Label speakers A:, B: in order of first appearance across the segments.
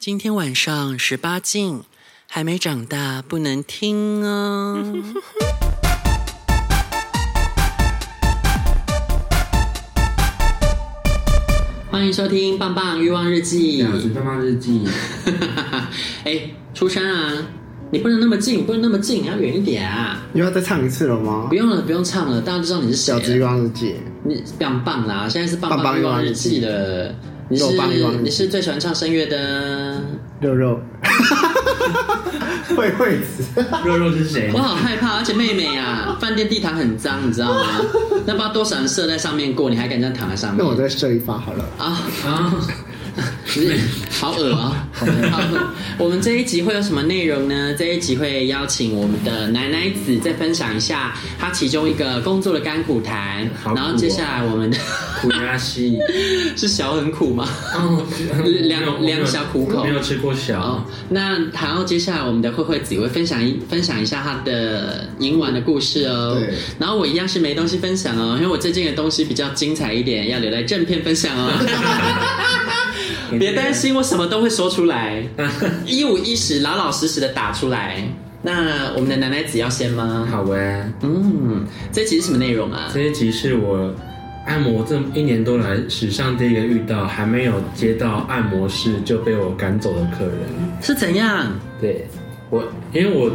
A: 今天晚上十八禁，还没长大不能听哦。 欢迎收听《棒棒欲望日记
B: 两》只。棒棒日记，
A: 哎，出山啊！你不能那么近，不能那么近，你要远一点啊！
C: 你要再唱一次了吗
A: 不？用了，不用唱了，大家都知道你是谁
C: 小
A: 了。
C: 之光日记，
A: 你棒棒啦！现在是棒
C: 棒棒
A: 欲
C: 欲
A: 望
C: 望
A: 日
C: 日
A: 记
C: 记
A: 的，你是
C: 肉棒欲望日记
A: 你是最喜欢唱声乐的。
C: 肉肉，会会子，
B: 肉肉是谁
A: 我？好害怕，而且妹妹 啊，饭店地毯很脏，你知道吗？那不知道多少人射在上面过，你还敢这样躺在上面？
C: 那我再射一发好了。
A: 啊，
B: 啊，
A: 你是好恶啊！好恶我们这一集会有什么内容呢？这一集会邀请我们的奶奶子再分享一下她其中一个工作的甘苦谈，
B: 好苦哦
A: 然后接下来我们的
B: 苦鸭西，
A: 是小很苦吗？
B: 哦
A: 两
B: 没有
A: 两小苦口
B: 没有吃过
A: 哦
B: 小，，
A: 那然后接下来我们的慧慧子也会分享一分享一下她的银玩的故事哦。
C: 对
A: 然后我一样是没东西分享哦，因为我最近的东西比较精彩一点，要留在正片分享 哦。别担心，我什么都会说出 来，一五一十，老老实实的打出来。那我们的奶奶子要先吗？
B: 好喂。
A: 嗯，这集是什么内容啊？
B: 这一集是我按摩这一年多来史上第一个遇到还没有接到按摩师就被我赶走的客人。
A: 是怎样？
B: 对我，因为我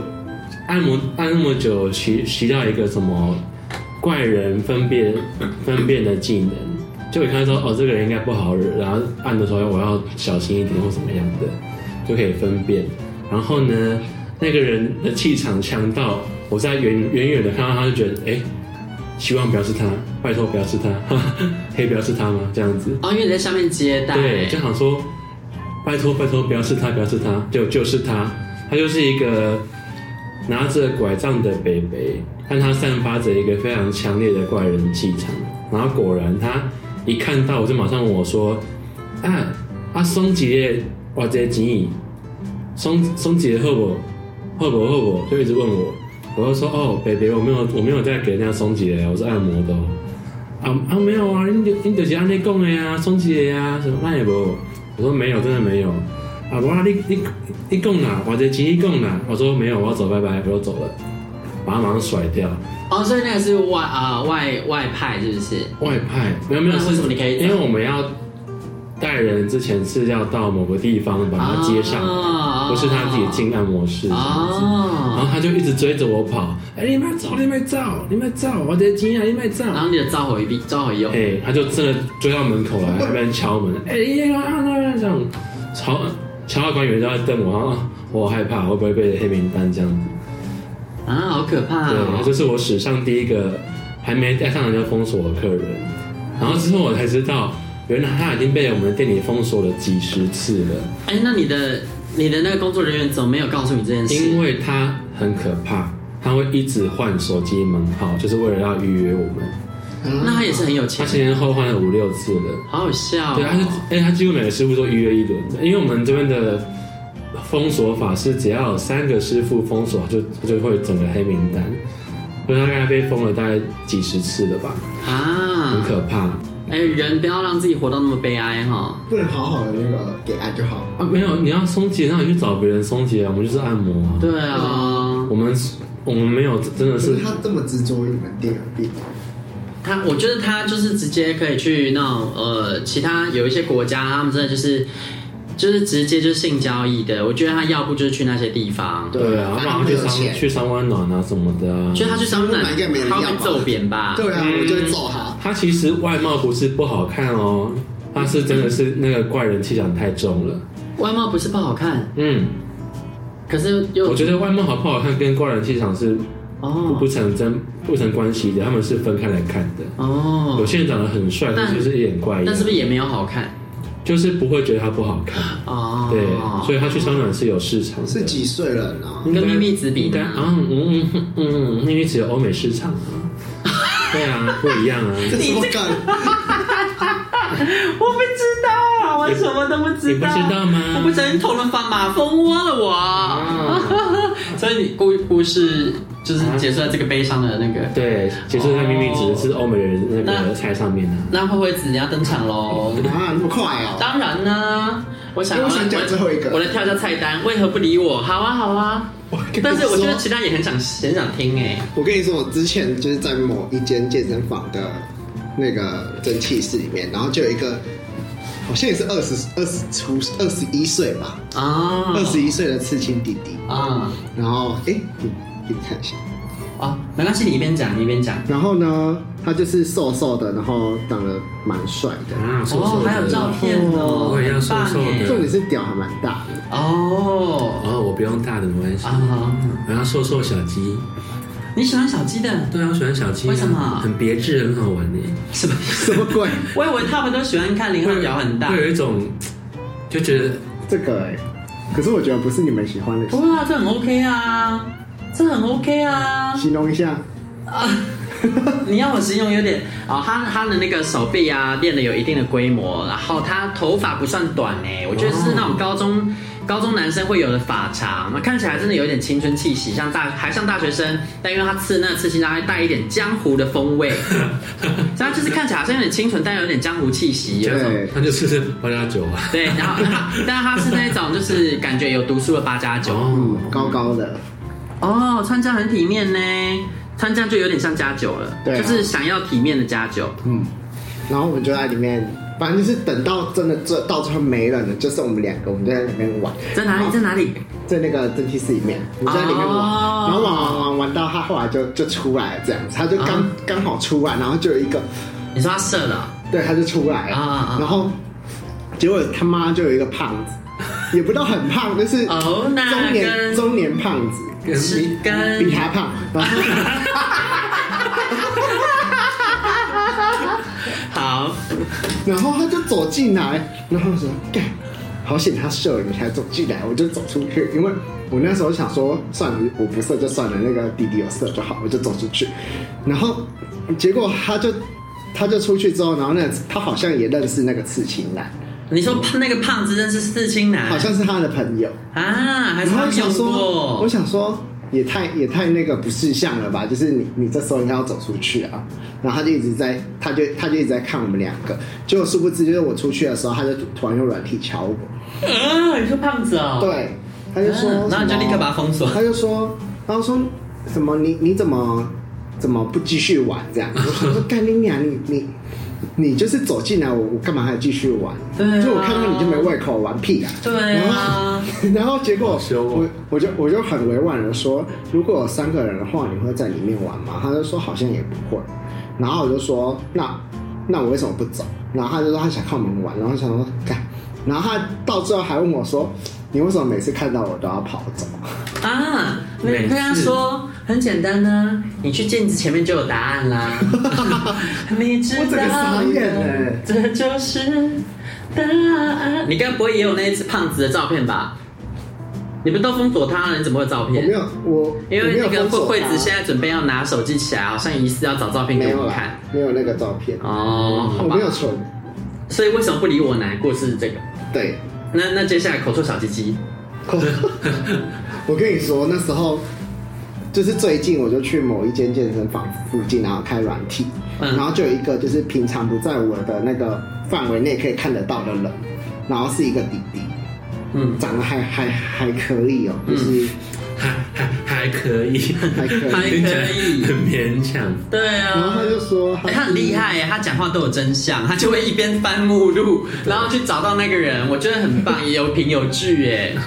B: 按摩按那么久，学学到一个什么怪人分辨分辨的技能。就我看到说，哦，这个人应该不好惹，然后按的时候我要小心一点或什么样的，就可以分辨。然后呢，那个人的气场强到，我在远远远的看到他，就觉得，哎，希望不要是他，拜托不要是他， 可以不要是他吗？这样子。
A: 哦，因为你在上面接待，
B: 对，就想说，拜托拜托，不要是他，不要是他，就就是他，他就是一个拿着拐杖的北北，但他散发着一个非常强烈的怪人气场。然后果然，他一看到我就马上问我说：“啊，啊，松姐，哇，这钱，松松姐后不后不后不，就一直问我。”我就说：“哦，北北，我没有我没有在给人家松姐，我是按摩的、哦。”啊啊没有啊，你就你就是安尼讲的呀、啊，松姐的呀、啊，什么那也无。我说没有，真的没有。啊不啊，你你你讲啦，我的钱你讲啦。我说没有，我要走，拜拜，我就走了，把他马上甩掉。
A: 哦，所以那个是外啊、外外派是不是？
B: 外派没有没有，
A: 那
B: 是
A: 为什么你可以走
B: 因为我们要带人之前是要到某个地方把他啊接上，
A: 哦
B: 不是他自己进按摩室。然
A: 哦，
B: 后他就一直追着我跑，哎、你别走，你别走，你别走，我的钱啊，你别走。
A: 然后你的召回币召回用
B: 哎、，他就真的追到门口来，那边敲门，哎、欸，啊啊啊这样，敲敲到管理员都在瞪我，然后我好害怕会不会被黑名单这样子。
A: 啊，好可怕
B: 对，
A: 哦！
B: 这是我史上第一个还没带上人就封锁的客人，然后之后我才知道，原来他已经被我们店里封锁了几十次了。
A: 哎，那你的你的那个工作人员怎么没有告诉你这件事？
B: 因为他很可怕，他会一直换手机门号，就是为了要预约我们。
A: 那他也是很有
B: 嗯他
A: 钱，
B: 前前后后换了五六次了。
A: 好好
C: 啊
A: 笑、哦。
B: 对，他是，哎、他几乎每个师傅都预约一轮，因为我们这边的封锁法是，只要有三个师傅封锁，就就会有整个黑名单，所以他大概被封了大概几十次了吧，很
A: 啊，
B: 可怕
A: 哎，人不要让自己活到那么悲哀哈、哦。
C: 不能好好的那个给爱就好。
B: 啊！没有，你要松解，那你去找别人松解，我们就是按摩啊。
A: 对啊，
B: 我们我们没有，真的
C: 可
B: 是
C: 是他这么执着于你们店有病，
A: 他我觉得他就是直接可以去那种呃，其他有一些国家，他们真的就是就是直接就是性交易的。我觉得他要不就是去那些地方，
B: 对啊，
C: 反
B: 不然
C: 正没
B: 去
C: 有
B: 商
C: 钱
B: 去商湾暖啊什么的啊。
A: 觉得他去商
C: 哪一个没人
A: 他
C: 要
A: 会
C: 吧
A: 被揍扁吧？
C: 对啊，我就会揍他。
B: 他其实外貌不是不好看哦，他是真的是那个怪人气场太重了。
A: 外貌不是不好看，
B: 嗯，
A: 可是又
B: 我觉得外貌好不好看跟怪人气场是
A: 哦
B: 不成真不成关系的，他们是分开来看的。有
A: 哦，
B: 些人长得很帅，
A: 但
B: 但就是一脸怪异，
A: 但是不是也没有好看
B: 就是不会觉得他不好看。
A: 哦？
B: 对，所以他去商场是有市场的。
C: 是几岁了呢？
A: 跟秘密子比
B: 应该
A: 呢？
B: 啊，嗯嗯嗯，秘密只有欧美市场啊。对啊，不 一样啊。
C: 这是我梗，
A: 我不知道，啊我什么都不
B: 你不知道吗
A: 我不小心捅了马马蜂窝了我，
B: 啊，
A: 所以你故故事就是结束在这个悲伤的那个，
B: 对，其实他明明指的是欧美人那个菜上面啊。
A: 哦那会不会子你要登场 喽？
C: 啊，那么快哦！
A: 当然啦、我想要
C: 我想讲最后一个
A: 我的跳下菜单，为何不理我？好啊，好啊。但是我觉得其他也很想很想听哎、
C: 我跟你说，我之前就是在某一间健身房的那个蒸汽室里面，然后就有一个，好像也是二十二十出二十一岁吧，
A: 啊，
C: 二十一岁的刺青弟弟，
A: 啊
C: 然后哎，你你看一下，
A: 啊，没关系，你一边讲你一边讲。
C: 然后呢，他就是瘦瘦的，然后长得蛮帅的，
B: 啊，瘦
A: 哦
B: 瘦，的，
A: 还有照片哦，
B: 我也要
A: 很棒
B: 瘦瘦的
A: 耶
C: 重点是屌还蛮大的，
A: 哦
B: 哦，我不用大的没关系
A: 啊，。好
B: 然后瘦瘦小鸡，
A: 你喜欢小鸡的？
B: 对啊，我喜欢小鸡啊，
A: 为什么
B: 很别致，很好玩欸呢。
A: 什么？
C: 什么鬼？
A: 我以为他们都喜欢看林汉表很大
B: 会。有一种就觉得
C: 这个哎、可是我觉得不是你们喜欢的
A: 不，会啊，这很 OK 啊，这很 OK 啊。
C: 形容一下，
A: 啊， 你要我形容有点哦，他他的那个手臂啊练的有一定的规模，然后他头发不算短哎，我觉得是那种高中高中男生会有的发长，那看起来真的有点青春气息，像大还像大学生，但因为他刺那个刺青，他还带一点江湖的风 味，所以他就是看起来好像有点清纯，但有点江湖气息，有一种
C: 对，
B: 他就是八加九啊，
A: 对，然后 他但他是那种就是感觉有读书的八加九
B: 哦，
C: 嗯，高高的，
A: 哦，穿这样很体面呢，穿这样就有点像加九了，
C: 对啊
A: 就是想要体面的加九。
C: 嗯，然后我们就在里面，反正就是等到真的最到最后没人了，就剩我们两个，我们就在里面玩，
A: 在哪里？在哪里？
C: 在那个蒸汽室里面，我们就在里面玩，
A: 啊哦
C: 然后玩玩玩玩到他后来就就出来了，这样子，他就刚、
A: 啊
C: 刚好出来，然后就有一个，
A: 你说他射啊了？
C: 对，他就出来了，
A: 啊啊啊
C: 然后结果他妈就有一个胖子，也不到很胖，就是
A: 哦那
C: 中年、
A: 跟
C: 中年胖子，
B: 跟
A: 是跟
C: 比他胖，然后。
A: 好，
C: 然后他就走进来，然后我说干，好险他射了你才走进来，我就走出去，因为我那时候想说算了，我不射就算了，那个弟弟有射就好，我就走出去。然后结果他就他就出去之后，然后那个他好像也认识那个刺青男，
A: 你说那个胖子认识刺青男？
C: 好像是他的朋友，
A: 啊，还是
C: 然后
A: 他
C: 我想
A: 用
C: 说，我
A: 过？
C: 想说。也太也太那个不识相了吧？就是你你这时候应该要走出去啊，然后他就一直在，他就他就一直在看我们两个，结果殊不知就是我出去的时候，他就突然用软体敲我，
A: 啊，你说胖子哦？，
C: 对，他就说什么，
A: 嗯然后你就立刻把他封锁
C: 他就说，然后说什么你你怎么怎么不继续玩这样？我想说干你娘，你你你就是走进来，我我干嘛还继续玩？
A: 对啊
C: 就我看到你就没胃口玩屁啊。
A: 对啊，
C: 然后然后结果
B: 好羞哦
C: 我我就我就很委婉的说，如果有三个人的话，你会在里面玩吗？他就说好像也不会。然后我就说那那我为什么不走？然后他就说他想看我们玩，然后我想说干，然后他到最后还 问我说你为什么每次看到我都要跑走？
A: 啊，那你
B: 每次
A: 跟他说很简单呢、你去镜子前面就有答案 啦。你知
C: 我整个
A: 道
C: 傻眼欸
A: 的，这就是答案。你该不会也有那一只胖子的照片吧？你们都封锁他了，你怎么会有照
C: 我
A: 片？
C: 没有我
A: 因为那
C: 我没
A: 个
C: 有
A: 惠
C: 封锁
A: 惠
C: 他
A: 子现在准备要拿手机起来，好像疑似要找照片
C: 没
A: 给
C: 有
A: 我
C: 啦
A: 看。
C: 没有那个照片，
A: 哦，好
C: 我
A: 吧
C: 没。有存。
A: 所以为什么不理我呢？故事是这个。
C: 对，
A: 那那接下来口臭小鸡鸡，
C: 我跟你说，那时候就是最近，我就去某一间健身房附近，然后开软体，
A: 嗯
C: 然后就有一个就是平常不在我的那个范围内可以看得到的人，然后是一个弟弟，
A: 嗯，
C: 长得还还还可以哦、就是
B: 还还还可以，
C: 还可以
A: 还可以
B: 听起来很勉强。
A: 对啊。
C: 然后他就说
A: 哎、他很厉害耶，他讲话都有真相，他就会一边翻目录，然后去找到那个人，我觉得很棒，也有凭有据耶。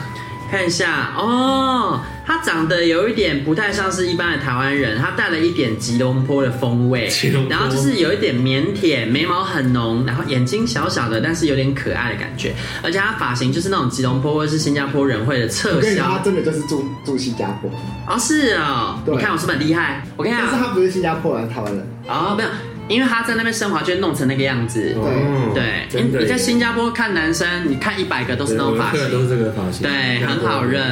A: 看一下哦，他长得有一点不太像是一般的台湾人，他带了一点吉隆坡的风味
B: 吉隆，坡
A: 然后就是有一点腼腆，眉毛很浓，然后眼睛小小的，但是有点可爱的感觉，而且他发型就是那种吉隆坡或是新加坡人会的
C: 我
A: 侧
C: 跟你说，他
A: 削。
C: 真的就是住住新加坡，
A: 哦，是哦，
C: 对
A: 你看我是不是很厉害？我跟你
C: 但
A: 讲
C: 是，他不是新加坡人，台湾人。
A: 哦，没有，因为他在那边生活就会弄成那个样子。
B: 哦
A: 对，
B: 真
A: 你
B: 的
A: 你在新加坡看男生，你看一百个都是那
B: 对我
A: 种
B: 们
A: 发
B: 客人都
A: 型，
B: 是这个发型，
A: 对，很好认。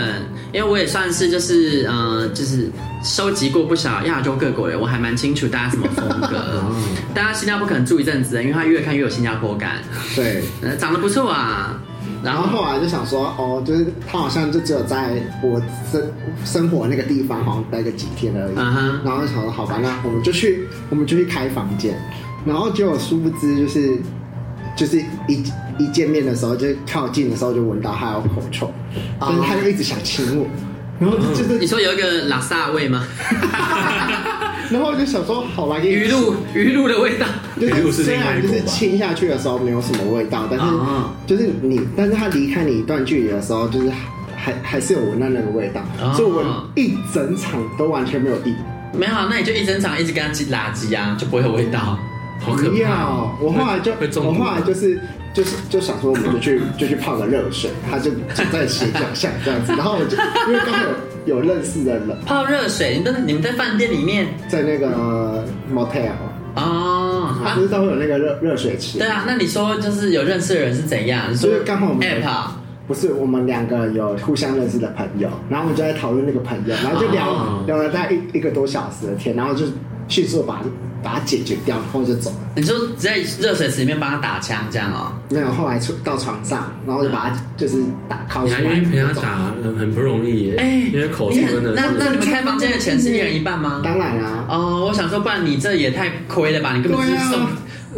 A: 因为我也算是就是呃，就是收集过不少亚洲各国人，我还蛮清楚大家什么风 格。
B: 哦
A: 大家新加坡可能住一阵子，因为他越看越有新加坡感，
C: 对，
B: 嗯
A: 呃，长得不错啊。然
C: 然后
A: 后
C: 后来就想说，哦，就是他好像就只有在我生生活那个地方，好像待个几天而已。
A: 嗯哼
C: 然后就想说，好吧，那我们就去，我们就去开房间。然后结果殊不知，就是就是一一见面的时候，就是靠近的时候就闻到他有口臭，但是他就一直想亲我，然后就
A: 你
C: 是，
A: 说有一个拉萨味 吗？
C: 然后我就想说，好吧，给你
A: 鱼露鱼露的味道。
C: 就是虽然就是亲下去的时候没有什么味道，但是
A: 啊
C: 就是你，但是他离开你一段距离的时候，就是还还是有闻到那个味道，
A: 啊
C: 所以我一整场都完全没有意。
A: 没有啊，那你就一整场一直跟他挤垃圾啊，就不会有味道。
B: 好可
C: 不
B: 怕
C: 要
B: 哦！，
C: 我后来就
B: 会中毒
C: 我后来就是就是就想说，我们就去就去泡个热水，他就就在斜脚下这样子，然后我就因为刚好有有认识的人
B: 嗯
A: 泡热水，你们你们在饭店里面
C: 在那个 motel，
A: 哦啊
B: 嗯
C: 不是都会有那个热热水池
A: 对，啊，那你说就是有认识的人是怎样？你说
C: 就是刚好我们
A: app 啊
C: 不是，我们两个有互相认识的朋友，然后我们就在讨论那个朋友，然后就聊、
B: 哦
C: 聊了大概一一个多小时的天，然后就迅速把把它解决掉，然后就走了。
A: 你就在热水池里面帮他打枪这样哦。
C: 没有，后来出到床上，然后就把它就是打靠
B: 你
C: 出
B: 还
C: 来。
B: 愿意陪他？打，很很不容易耶。
A: 哎，
B: 因为口臭
A: 你很
B: 真的
A: 那那你们
B: 是。
A: 开房间的钱是一人一半吗？
C: 当然啊，
A: 哦，我想说，不然你这也太亏了吧？你根本只是
C: 对
A: 送
C: 啊，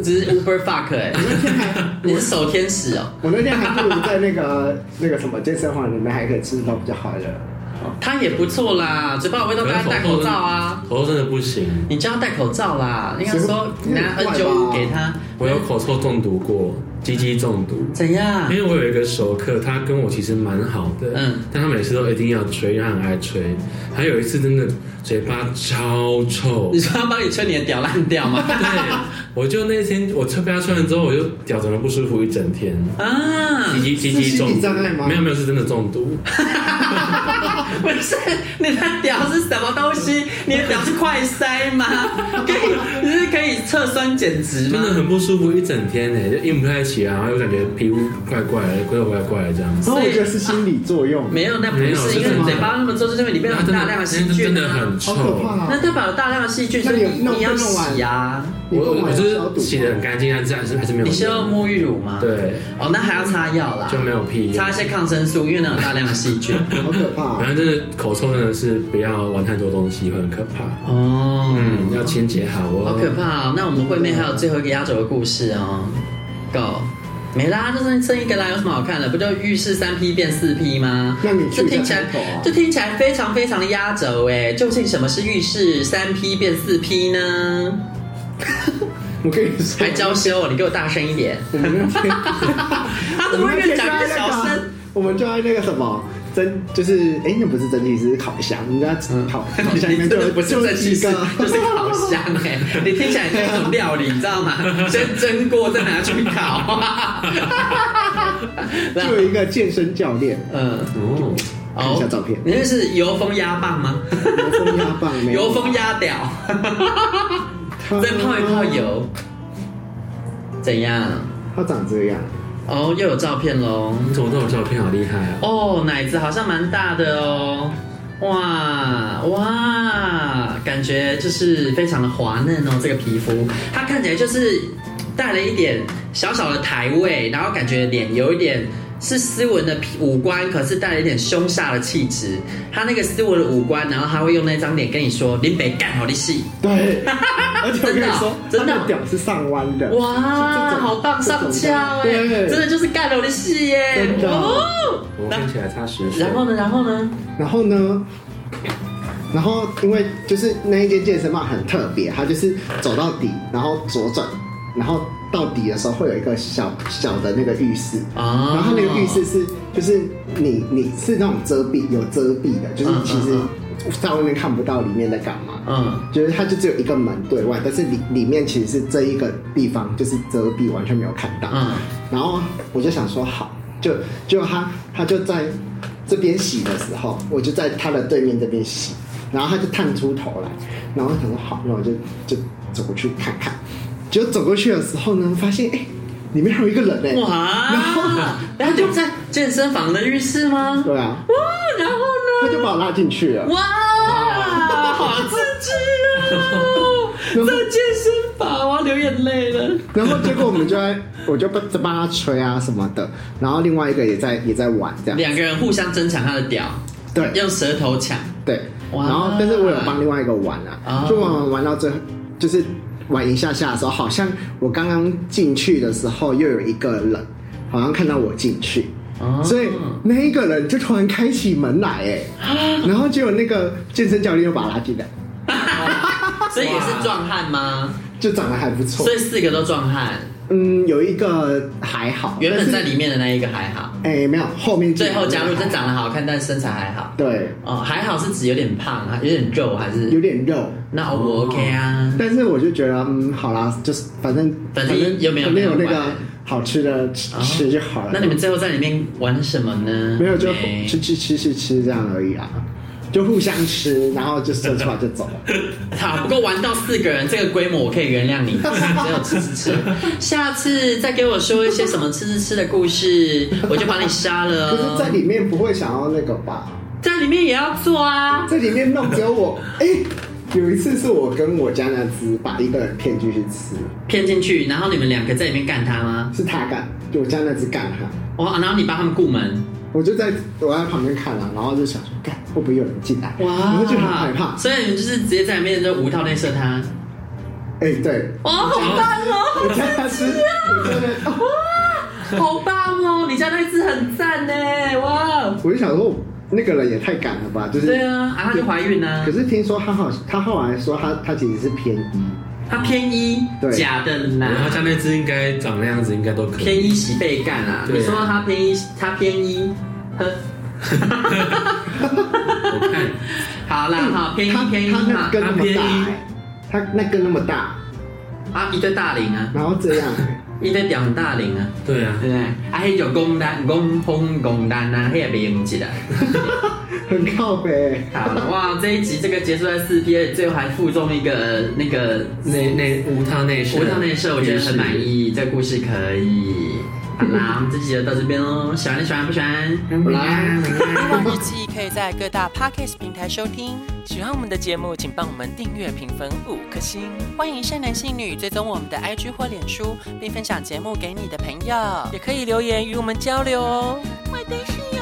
A: 只是 Uber fuck 哎、
C: 我 那天还
A: 你是手天使哦。
C: 我那天还不如在那个那个什么健身房里面还可以吃到比较好的。
A: 他也不错啦，嘴巴有味道，
B: 可
A: 不
B: 是
A: 要戴口罩啊。
B: 口臭真的不行。
A: 你叫他戴口罩啦，应该说你拿 N
C: 谁会怪
A: 九
C: 吧
A: 五给他，
B: 我有口臭中毒过，鸡鸡中毒。
A: 怎样
B: 因？为我有一个熟客，他跟我其实蛮好的，
A: 嗯
B: 嗯，但他每次都一定要吹，因为他很爱吹。还有一次真的嘴巴超 臭
A: 你，说他帮你吹你的屌烂掉吗？
B: 对，我就那天我吹被他吹完之后，我就屌整个不舒服一整天。
A: 啊，
B: 鸡鸡鸡鸡
C: 是心理
B: 中毒
C: 障碍吗
B: 没有没有是真的中毒，
A: 不是你的屌是什么东西？你的屌是快塞 吗？可以，你是可以测酸碱值
B: 真的
A: 吗？
B: 很不舒服一整天呢，就硬不太起来，然后又感觉皮肤怪怪的，怪怪怪的这样子。
C: 然后我觉得是心理作用，
A: 没有，那不
B: 没有
A: 是，因
B: 真
A: 为
B: 的
A: 你
B: 吗
A: 嘴巴那么做，就是因为里面有
B: 然后
A: 很
B: 真
A: 大
B: 的
A: 量的细
B: 那天
A: 菌
B: 真的
A: 啊
B: 很。
C: 好
B: 臭，
C: 可怕
A: 那
C: 啊！
A: 代表有大量的细菌，所
C: 那
A: 以
C: 你有
A: 你
C: 那我
A: 你要
C: 不能玩
A: 洗啊。
C: 你
B: 我
C: 不
B: 我
C: 买
B: 就是
C: 消毒
B: 洗的很干净，但是还是还是没有。
A: 你是用沐浴乳吗？。
B: 对，
A: 哦，那还要擦药啦，
B: 就没有屁用
A: 擦一些抗生素，因为那有大量的细菌。
C: 好可怕啊！
B: 反正就是口臭真的是不要玩太多东西，会很可怕。
A: 哦，
B: 嗯，要清洁好哦。
A: 好可怕哦！那我们会面还有最后一个压轴的故事哦，Go。没啦，就是剩一个啦，有什么好看的？不就浴室三 P 变四 P 吗？
C: 那你
A: 这
C: 去
A: 听
C: 一下
A: 起来
C: 窗口啊，
A: 这听起来非常非常的压轴哎！究竟什么是浴室三 P 变四 P 呢？
C: 我跟你说，
A: 还娇羞哦，你给我大声一点！
C: 我们那天。
A: 他怎么会越讲越小声？
C: 我们就在那个什么蒸，就是哎、那不是蒸汽，是烤箱。我们在烤烤箱里
A: 你
C: 面就
A: 真的
C: 有
A: 不是
C: 嗯就有
A: 蒸汽
C: 几
A: 室
C: 个，，
A: 就是烤箱 哎、你听起来像一种料理，你知道吗？先蒸过，再拿去 烤。
C: 就有一个健身教练，
A: 嗯，
B: 哦，
C: 看一下照片
A: 你那是油封压棒吗？
C: 油封压棒没 有
A: 油封压屌，
C: 他
A: 再泡一泡，油，怎样？
C: 他长这样，
A: 哦，又有照片喽。
B: 你怎么都有照片，好厉害啊！
A: 哦，奶子好像蛮大的哦。哇哇，感觉就是非常的滑嫩哦，这个皮肤，它看起来就是带了一点小小的台味，然后感觉脸有一点是斯文的皮五官，可是带了一点凶煞的气质。它那个斯文的五官，然后他会用那张脸跟你说：“林北干好的戏。
C: 对， 而且我跟你说，
A: 真
C: 他
A: 的哦
C: 的屌是上弯的，”
A: 哇
C: 是这，种
A: 好棒上翘哎，
C: 这种的对
A: 真的就是干好的戏耶
C: 真！的
A: 哦，
B: 我
A: 然
B: 看起来差十岁。
A: 然后呢？然后呢？
C: 然后呢，然后因为就是那一间健身房很特别，它就是走到底，然后左转，然后到底的时候会有一个小小的那个浴室，
A: 哦
C: 然后它那个浴室是就是你你是那种遮蔽有遮蔽的，就是
A: 嗯嗯
C: 其实在外面看不到里面在干嘛。
A: 嗯。
C: 就是它就只有一个门对外，但是里里面其实是这一个地方就是遮蔽，完全没有看到。
A: 嗯
C: 然后我就想说好，就就他他就在这边洗的时候，我就在他的对面这边洗，然后他就探出头来，然后我想说好，那我就就走过去看看。结果走过去的时候呢，发现哎、里面还有一个人哎、
A: 哇！
C: 然后
A: 然后就在健身房的浴室吗？
C: 对啊，
A: 哇，然后呢？
C: 他就把我拉进去了。
A: 哇，好刺激哦！这健身法，我要流眼泪了。
C: 然后结果我们就在，我就帮在帮他吹啊什么的，然后另外一个也在也在玩这样，
A: 两个人互相争抢他的屌，
C: 对
A: 用舌头抢，
C: 对，
A: 哇
C: 然后但是我有帮另外一个玩啊
A: 哦，
C: 就玩玩玩到最后就是玩一下下的时候，好像我刚刚进去的时候又有一个人好像看到我进去，
A: 哦
C: 所以那一个人就突然开起门来 哎，然后结果那个健身教练又把他拉进来，
A: 所以也是壮汉吗？
C: 就长得还不错
A: 所，以四个都壮汉，
C: 嗯，有一个还好，
A: 原本在
C: 但是
A: 里面的那一个还好，
C: 哎没有后面进
A: 最
C: 来
A: 后加入
C: 那个
A: 真
C: 还
A: 长
C: 好
A: 得好看，但身材还好。
C: 对，
A: 哦，还好是指有点胖，有点肉，还
C: 有
A: 是
C: 点肉。
A: 那我 OK 啊。
C: 但是我就觉得，嗯，好啦，就是反正
A: 反正又没有
C: 反正有那
A: 人
C: 个
A: 玩
C: 好吃的吃
A: 哦
C: 吃就好了。
A: 那你们最后在里面玩什么呢？
C: 没有就
A: 没
C: 吃吃吃吃吃这样而已啊，就互相吃，然后就射出来就 走了。
A: 好，不过玩到四个人这个规模，我可以原谅你，只有吃吃吃。 下次再给我说一些什么吃吃吃的故事，我就把你杀了
C: 可是在
A: 哦。
C: 里面不会想要那个吧？
A: 在里面也要做啊。
C: 在里面弄只有我，哎、有一次是我跟我家那只把一个人骗进去吃，
A: 骗进去，然后你们两个在里面干他吗？
C: 是他干，就我家那只干他。
A: 哇，然后你帮他们顾门，
C: 我就在我在旁边看啊，然后就想说，干会不会有人进来？
A: 哇，
C: 然后就很害怕。
A: 所以你们就是直接在里面就无套内射他，
C: 哎、 对，
A: 哇，好棒哦！
C: 我家那只，我家那哦
A: 哇，好棒哦！你家那只很赞呢，哇！
C: 我就想说，那个人也太敢了吧？就是
A: 对，啊，啊，她就怀孕啦、
C: 可是听说他好，他后来说他他其实是偏一，
A: 她偏一
C: 对，
A: 假的
B: 然后
A: 啦，
B: 像那只应该长那样子，应该都可以。
A: 偏一喜被干啊！
B: 对啊
A: 你说她偏一，她偏一，呵，
B: 我看
A: 好啦，好偏
C: 嗯他
A: 一偏一
C: 他那
A: 嘛，
C: 根那么大、
B: 他偏一
C: 哎他那根那么大，
A: 啊，一堆大龄啊，
C: 然后这 样、哎
A: 一堆屌很大龄啊。
B: 对啊，
A: 对不对？啊，迄就公单、公风、公单啊，迄也袂用起来。
C: 很靠背、
A: 好了，哇，这一集这个结束在四 P，而且最后还附送一个那个
B: 内内无套内啊射，
A: 无套内射，我觉得很满。意，这故事可以。好啦，我们这集就到这边喽，喜欢就喜欢，不喜欢
C: 嗯
B: 拜
A: 来。
B: 拜。
D: 欲望日记可以在各大 podcast 平台收听。喜欢我们的节目，请帮我们订阅、评分五颗星。欢迎善男信女追踪我们的 IG 或脸书，并分享节目给你的朋友，也可以留言与我们交流哦。
E: 我的是。